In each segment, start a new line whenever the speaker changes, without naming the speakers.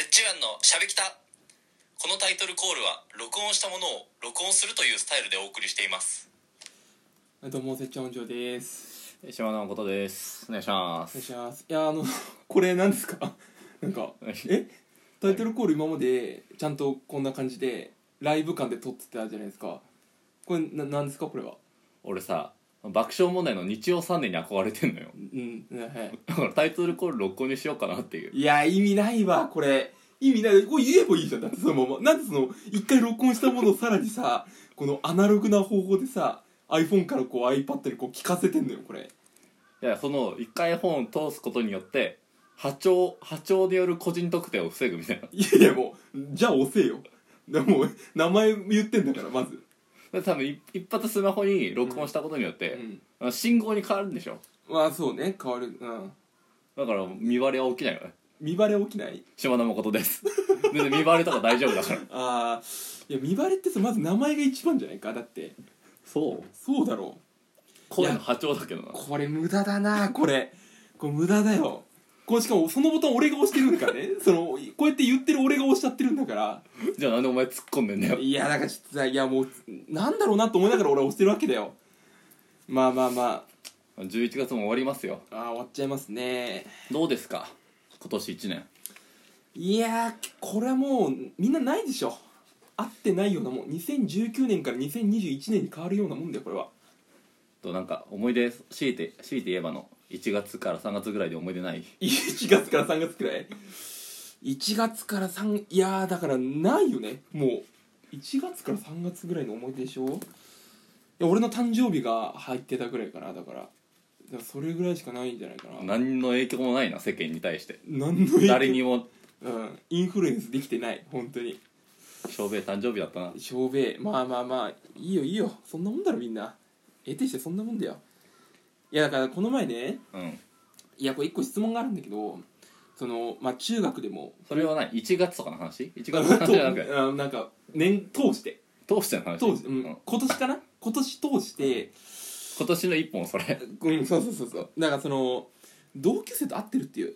しゃべきたこのタイトルコールは録音したものを録音するというスタイルでお送りしています
どうもせっちゃんじょです
島田誠ですお願いしま
お願い
す
しますいやあの これなんですか なんかえタイトルコール今までちゃんとこんな感じでライブ感で撮ってたじゃないですかこれななんですかこれは
俺さ爆笑問題の日曜サンデーに憧れてんのよ
うんねはい
だからタイトルコール録音にしようかなっていう
いや意味ないわこれ意味ないこれ言えばいいじゃんだってそのままなんでその一回録音したものをさらにさこのアナログな方法でさ iPhone からこう iPad にこう聞かせてんのよこれ
いやその一回本を通すことによって波長波長による個人特定を防ぐみたいない
やいやもうじゃあ押せよでもう名前言ってんだからまず
で多分い一発スマホに録音したことによって、信号に変わるんでしょ
まあそうね変わるうん
だから見割れは起きないよね
見バレ起きない
島田誠です全然見割れとか大丈夫だから
ああいや見バレってさまず名前が一番じゃないかだって
そう
そうだろ
声の波長だけどな
うこれ無駄だなこれこれ無駄だよこれしかもそのボタン俺が押してるんだからねそのこうやって言ってる俺が押しちゃってるんだか
じゃあなんでお前突っ込んでんだ
ら
よ
いやなんかちょっとさいやもうなんだろうなと思いながら俺は押してるわけだよまあまあま
11月も終わりますよ
ああー終わっちゃいますね
どうですか今年1年
いやーこれはもうみんなないでしょ合ってないようなもん2019年から2021年に変わるようなもんだよこれは
となんか思い出強いて強いて言えばの1月から3月ぐらいで思い出ない
1月から3月くらい1月から3いやーだからないよねもう1月から3月ぐらいの思い出でしょいや俺の誕生日が入ってたぐらいかなだからだからそれぐらいしかないんじゃないかな
何の影響もないな世間に対して
何の影響
誰にも
うん、インフルエンスできてない本当に
翔平誕生日だったな
小兵まあまあまあいいよいいよそんなもんだろみんな得てしてそんなもんだよいやだからこの前ね
うん
いやこれ一個質問があるんだけどそのまあ中学でも
それはない1月とかの話 ?1 月の話じゃなくて
あなんか年通して
通しての話
通して、う
うんん
今年かな今年通して
今年の一本それ
うんそうそうそうそうなんかその同級生と会ってるっていう、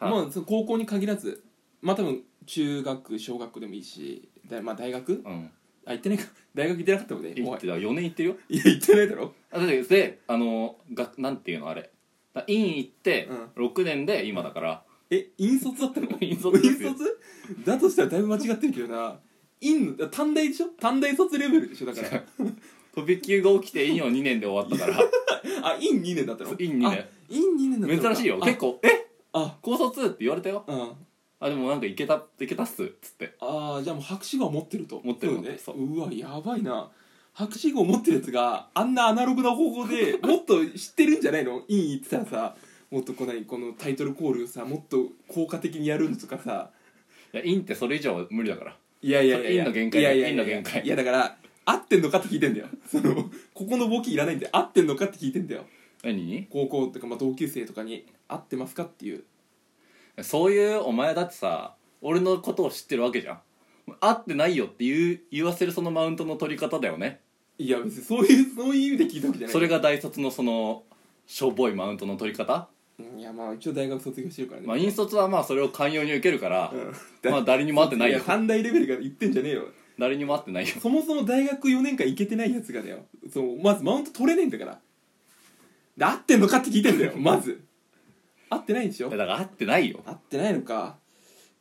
はい
まあその高校に限らずまあ多分中学小学校でもいいしだまあ大学
うん
あ行ってないか 大学行ってなかったもんね
行
お
っ
い
てた4年行ってるよ
いや行ってないだろ
あでであのがなんていうのあれだ院行って6年で今だから、
え引率だったの
引率ですよ
引率だとしたらだいぶ間違ってるけどな院の短大でしょ短大卒レベルでしょだから
飛び級が起きて院を2年で終わった から
あ院2年だったの
院2年
あ院2年だったのか
珍しいよ
あ
結構「え
あ
高卒?」って言われたよ
うん
あでもなんかいけたいけたっすっつって
ああじゃあもう博士号持ってると
持ってる
そうね
そう
うわやばいな博士号持ってるやつがあんなアナログな方法でもっと知ってるんじゃないの 院行ってたらさもっとこないこのタイトルコールをさもっと効果的にやるんとかさ
いやインってそれ以上は無理だから
いやいやいやいや
陰の限界
い
だ
や
よ
いやいや
陰の限界
いやだから合ってんのかって聞いてんだよそのここのボケいらないんで合ってんのかって聞いてんだよ
何
高校とか、まあ、同級生とかに合ってますかっていう
そういうお前だってさ俺のことを知ってるわけじゃん会ってないよって言う言わせるそのマウントの取り方だよね
いや別にそういうそういう意味で聞いたわけじゃない
それが大卒のそのしょぼいマウントの取り方
うんいやまあ一応大学卒業してるからね
まあ引率はまあそれを寛容に受けるから、
うん
まあ誰にも会ってない
いや
よ
三大レベルから言ってんじゃねえよ
誰にも会ってないよ
そもそも大学4年間行けてないやつがだよそうまずマウント取れねえんだからで合ってんのかって聞いてん だよまず合ってないでしょ
いやだから会ってないよ
合ってないのか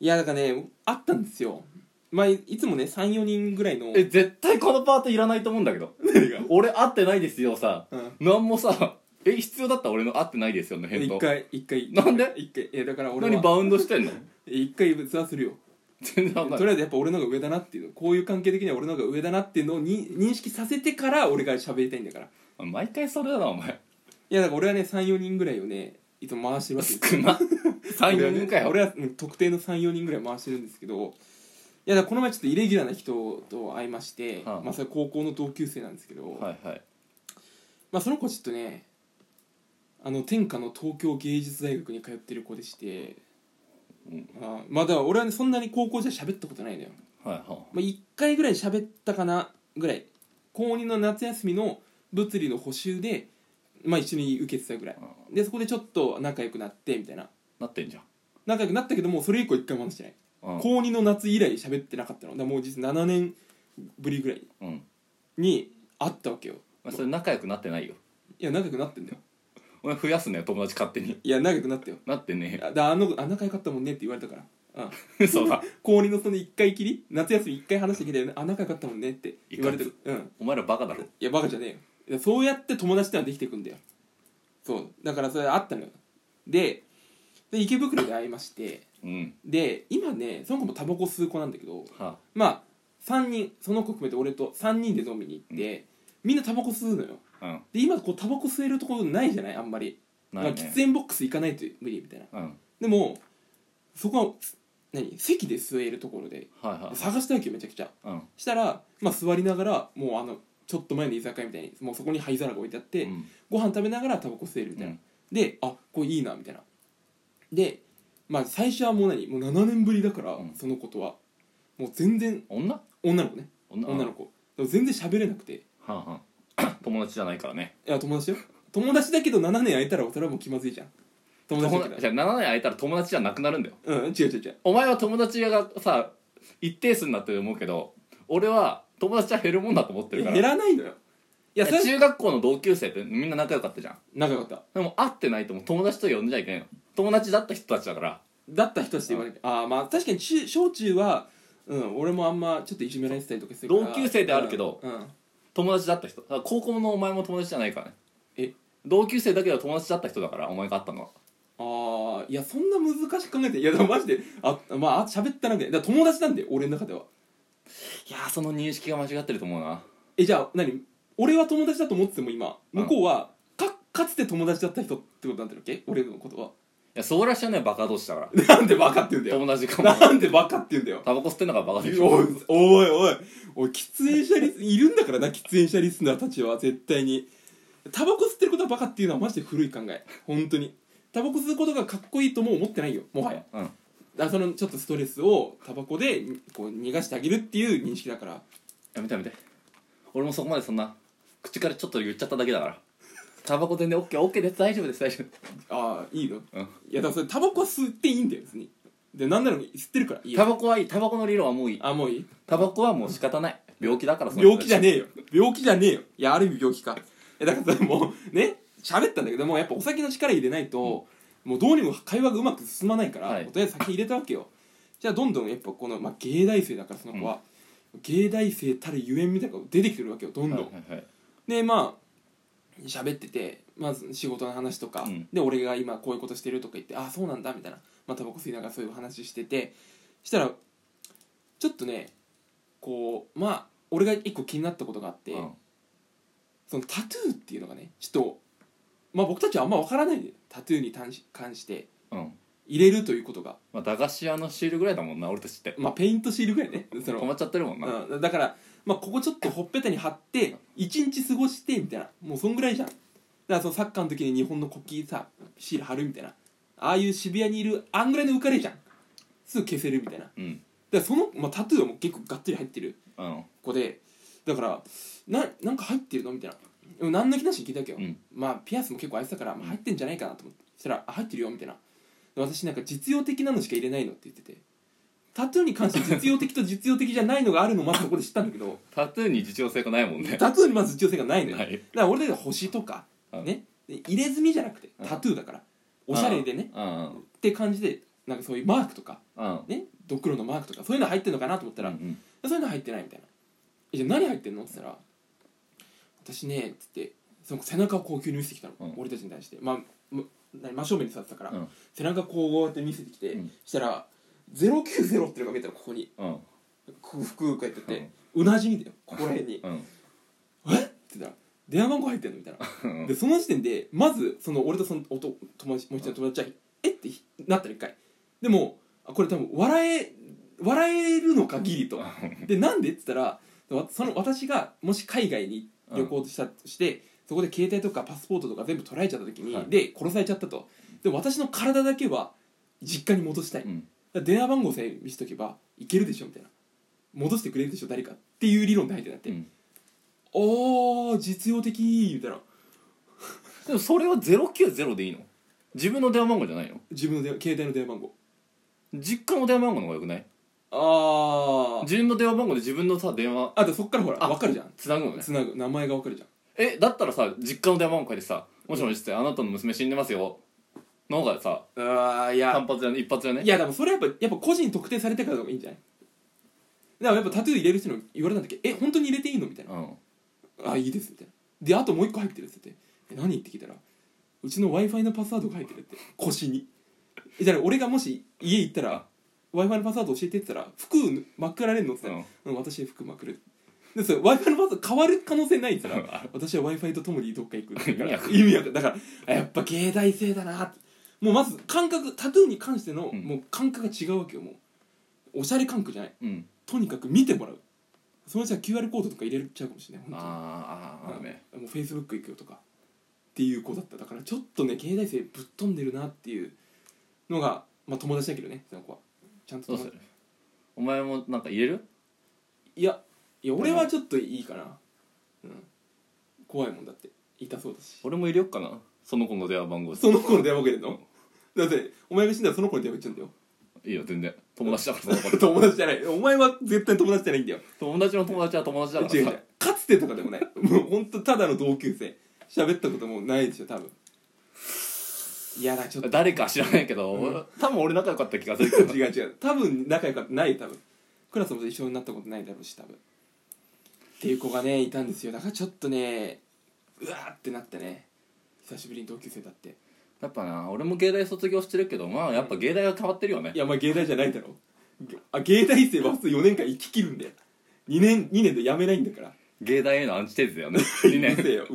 いやだからね合ったんですよまあいいつもね34人ぐらいの
え絶対このパートいらないと思うんだけど
何が
俺会ってないですよさ、
うん
なんもさえ必要だった俺の会ってないですよの返
一
答
回一回
なんで
一回いやだから俺
何
は
バウンドしてんの
一回ツアーするよ
全然わか
と
ん
り
ない
あえずやっぱ俺の方が上だなっていうのこういう関係的には俺の方が上だなっていうのをに認識させてから俺が喋りたいんだから
毎回それだなお前
いやだから俺はね34人ぐらいをねいつも回してる わけです
少な34人かよ
俺はね俺はうん特定の34人ぐらい回してるんですけどいやだからこの前ちょっとイレギュラーな人と会いまして、
はあ
まあ、それは高校の同級生なんですけど、
はいはい
まあ、その子ちょっとねあの天下の東京芸術大学に通ってる子でして、
うん
あまあだから俺はねそんなに高校じゃ喋ったことないのよ、
はいは
まあ、1回ぐらい喋ったかなぐらい高2の夏休みの物理の補習で、まあ、一緒に受けてたぐらい
あ
でそこでちょっと仲良くなってみたいな
なってんじゃん
仲良くなったけどもうそれ以降一回も話してない
うん
高2の夏以来喋ってなかったのだからもう実は7年ぶりぐらい
うん
に会ったわけよ
まあそれ仲良くなってないよ
いや仲良くなってんだよ
お前増やすなよ友達勝手に
いや仲良くなったよ
なってね
あだあのあ仲良かったもんねって言われたから、うん、
え そうだ
高2のその1回きり夏休み1回話してきたよねあ仲良かったもんねって言われてるうん
お前らバカだろ
いやバカじゃねえよいやそうやって友達ってのはできてくんだよそうだからそれあったのよでで池袋で会いまして
うん
で今ねその子もタバコ吸う子なんだけど
は
まあ3人その子含めて俺と3人で飲みに行って、みんなタバコ吸うのよ
あうん
で今こうタバコ吸えるところないじゃないあんまり、
な
まあ、
い
喫
ね
煙ボックス行かないと無理みたいな
うんはい
でもそこはつ何席で吸えるところで
はい
探したわけよめちゃくちゃ
うん
したら、まあ、座りながらもうあのちょっと前の居酒屋みたいにもうそこに灰皿が置いてあって、
うん
ご飯食べながらタバコ吸えるみたいな、であこれいいなみたいなでまあ最初はもう何もう7年ぶりだから、
うん
その子とはもう全然
女
女の子ね
女
女の子でも全然喋れなくてい
はんはん 友達じゃないからね
や友達よ友達だけど7年空いたらそれはもう気まずいじゃん友達だ
友達
け
じ
ど
ゃあ7年空いたら友達じゃなくなるんだよ
うん違う違う違う
お前は友達がさ一定数になってると思うけど俺は友達は減るもんだと思ってるから
減らないのよいやそれは
中学校の同級生ってみんな仲良かったじゃん
仲良かった
でも会ってないともう友達と呼んじゃいけないの友達だった人たちだから
だった人たちと言われてああまあ確かに中小中はうん俺もあんまちょっといじめられてたりとかするから
同級生ではあるけど
うん、うん
友達だった人だから高校のお前も友達じゃないからね
え
同級生だけど友達だった人だからお前が会ったのは
ああいやそんな難しく考えていやでもマジであまああ喋ったなみたいなだから友達なんで俺の中ではい
やーその認識が間違ってると思うな
えじゃあ何俺は友達だと思ってても今向こうは、かかつて友達だった人ってことになってるわけ俺のことは
いやそらしはねバカ同士だから
なんでバカって言うんだよ
友達かも
なんでバカって言うんだよ
タバコ吸ってんのがバカでしょ
おいおいおいおい喫煙者リスいるんだからな喫煙者リスナーたちは絶対にタバコ吸ってることはバカっていうのはマジで古い考え本当にタバコ吸うことがかっこいいとも思ってないよもはや
うん
だからそのちょっとストレスをタバコでこう逃がしてあげるっていう認識だから
やめてやめて俺もそこまでそんな口からちょっと言っちゃっただけだからタバコ全然 OKOK です大丈夫です大丈
ああいいの
夫うん
いやだからそれタバコは吸っていいんだよ別にでなんなら吸ってるからいい
タ
よ
バコはいいタバコの理論はもういい
あもういい
タバコはもう仕方ない病気だからその
病気じゃ
ね
ねえよ病気じゃねえよいやある意味病気かえだからそれもうね喋ったんだけどもうやっぱお酒の力入れないと、もうどうにも会話がうまく進まないから、
はい
とりあえず酒入れたわけよじゃあどんどんやっぱこの、まあ、芸大生だからその子は、芸大生たるゆえんみたいなのが出てきてるわけよどんどん、
はいはいはい
でまあ喋っててまず仕事の話とか、
うん
で俺が今こういうことしてるとか言ってああそうなんだみたいなまあタバコ吸いながらそういう話しててしたらちょっとねこうまあ俺が一個気になったことがあって、
うん
そのタトゥーっていうのがねちょっとまあ僕たちはあんま分からないでタトゥーに関し関して
うん
入れるということが
まあ駄菓子屋のシールぐらいだもんな俺たちって
まあペイントシールぐらいねその
止まっちゃってるもんな、
うん、だから、まあ、ここちょっとほっぺたに貼って一日過ごしてみたいなもうそんぐらいじゃんだからそのサッカーの時に日本の国旗さシール貼るみたいなああいう渋谷にいるあんぐらいの浮かれじゃんすぐ消せるみたいなだか
うん
らその、まあ、タトゥーはもう結構がっつり入ってる
うん
子でだからななんか入ってるのみたいなでも何の気なしに聞いたわけど、
うん
まあピアスも結構あいてたから、まあ、入ってんじゃないかなと思ってそしたら「あ入ってるよ」みたいな「で私なんか実用的なのしか入れないの」って言っててタトゥーに関して実用的と実用的じゃないのがあるのをまずここで知ったんだけど
タトゥーに実用性がないもんね
タトゥーにまず実用性がないのよ、
は
だ
い
から俺たちは星とか、
うん
ねで入れ墨じゃなくて
うん
タトゥーだからおしゃれでね
うんうん
って感じでなんかそういうマークとか
うん
ねドクロのマークとかそういうの入ってるのかなと思ったら、
うん
そういうの入ってないみたいな「えじゃあ何入ってんの?」って言ったら「私ね」っつってその背中をこう急に見せてきたの、
うん
俺たちに対して、まあ、む何真正面に座ってたから、
うん
背中こうやって見せてきて、
うん
したら「090」ってのが見えたらここに
うん
空腹こうやってて、うなじみだよここら辺に
うん
「えっ?」って言ったら「電話番号入ってんの?」みたいな
うん
でその時点でまずその俺とそのおと友達もう一人の友達は「えっ?」てなったら一回でもあこれ多分笑え笑えるのかギリとでなんでって言ったらわその私がもし海外に旅行したとして、そこで携帯とかパスポートとか全部取られちゃった時に、
はい
で殺されちゃったとでも私の体だけは実家に戻したい、だ
う
か
ん
ら電話番号さえ見せとけばいけるでしょみたいな戻してくれるでしょ誰かっていう理論で入ってなって、
うん
おー実用的みたいな
でもそれは090でいいの自分の電話番号じゃないの
自分の電話携帯の電話番号
実家の電話番号の方がよくない
あー
自分の電話番号で自分のさ電話
あとそっからほら
あ
分かるじゃん
つなぐのね
つなぐ名前が分かるじゃん
えだったらさ実家の電話番号書いてさ「もしもし」って「あなたの娘死んでますよ」の方がさ
ああいや
単発じゃね一発じゃね
いやでもそれはやっぱやっぱ個人特定されてからの方がいいんじゃないだからやっぱタトゥー入れる人に言われたんだっけえ本当に入れていいのみたいな
うん
あいいですみたいなであともう一個入ってるって言ってえ何って聞いたらうちの w i f i のパスワードが入ってるって腰にえじゃあ俺がもし家行ったら w i f i のパスワード教えてって言ったら服まくられるのって言ったら、うん私服まくるでそれ w i f i のパスワード変わる可能性ない って言ったら私は w i f i とともにどっか行くって言う
意味
から
わかん
意味わかんないだからあやっぱ芸大生だなってもうまず感覚タトゥーに関しての、
うん
もう感覚が違うわけよもうおしゃれ感覚じゃない
うん
とにかく見てもらうそのうちは QR コードとか入れちゃうかもしれない本当
あ
に
ーあーあーね
もうフェイスブック行くよとかっていう子だっただからちょっとね経済生ぶっ飛んでるなっていうのがまあ友達だけどねその子はちゃんと
どう
友
す
達
るお前もなんか入れる
いやいや俺はちょっといいかなうん怖いもんだって痛そうだし
俺も入れよっかなその子の電話番号
その子の電話かけるのだってお前が死んだらその子の電話行っちゃうんだよ
いいよ全然友達だからその子
友達じゃないお前は絶対友達じゃないんだよ
友達の友達は友達だか
違う違
ら
う
さ
かつてとかでもないもうほんとただの同級生喋ったこともないでしょ多分いやだちょっと
誰か知らないけど、
うん
多分俺仲良かった気がするけど
違う違う多分仲良かったないよ多分クラスも一緒になったことないだろうし多分っていう子がねいたんですよだからちょっとねうわーってなってね久しぶりに同級生だって
やっぱな俺も芸大卒業してるけどまあやっぱ芸大は変わってるよね
いやお前芸大じゃないだろあ芸大生は普通4年間生ききるんだよ2年2年で辞めないんだから
芸大へのアンチテーゼだよね2
うる
年
せえよ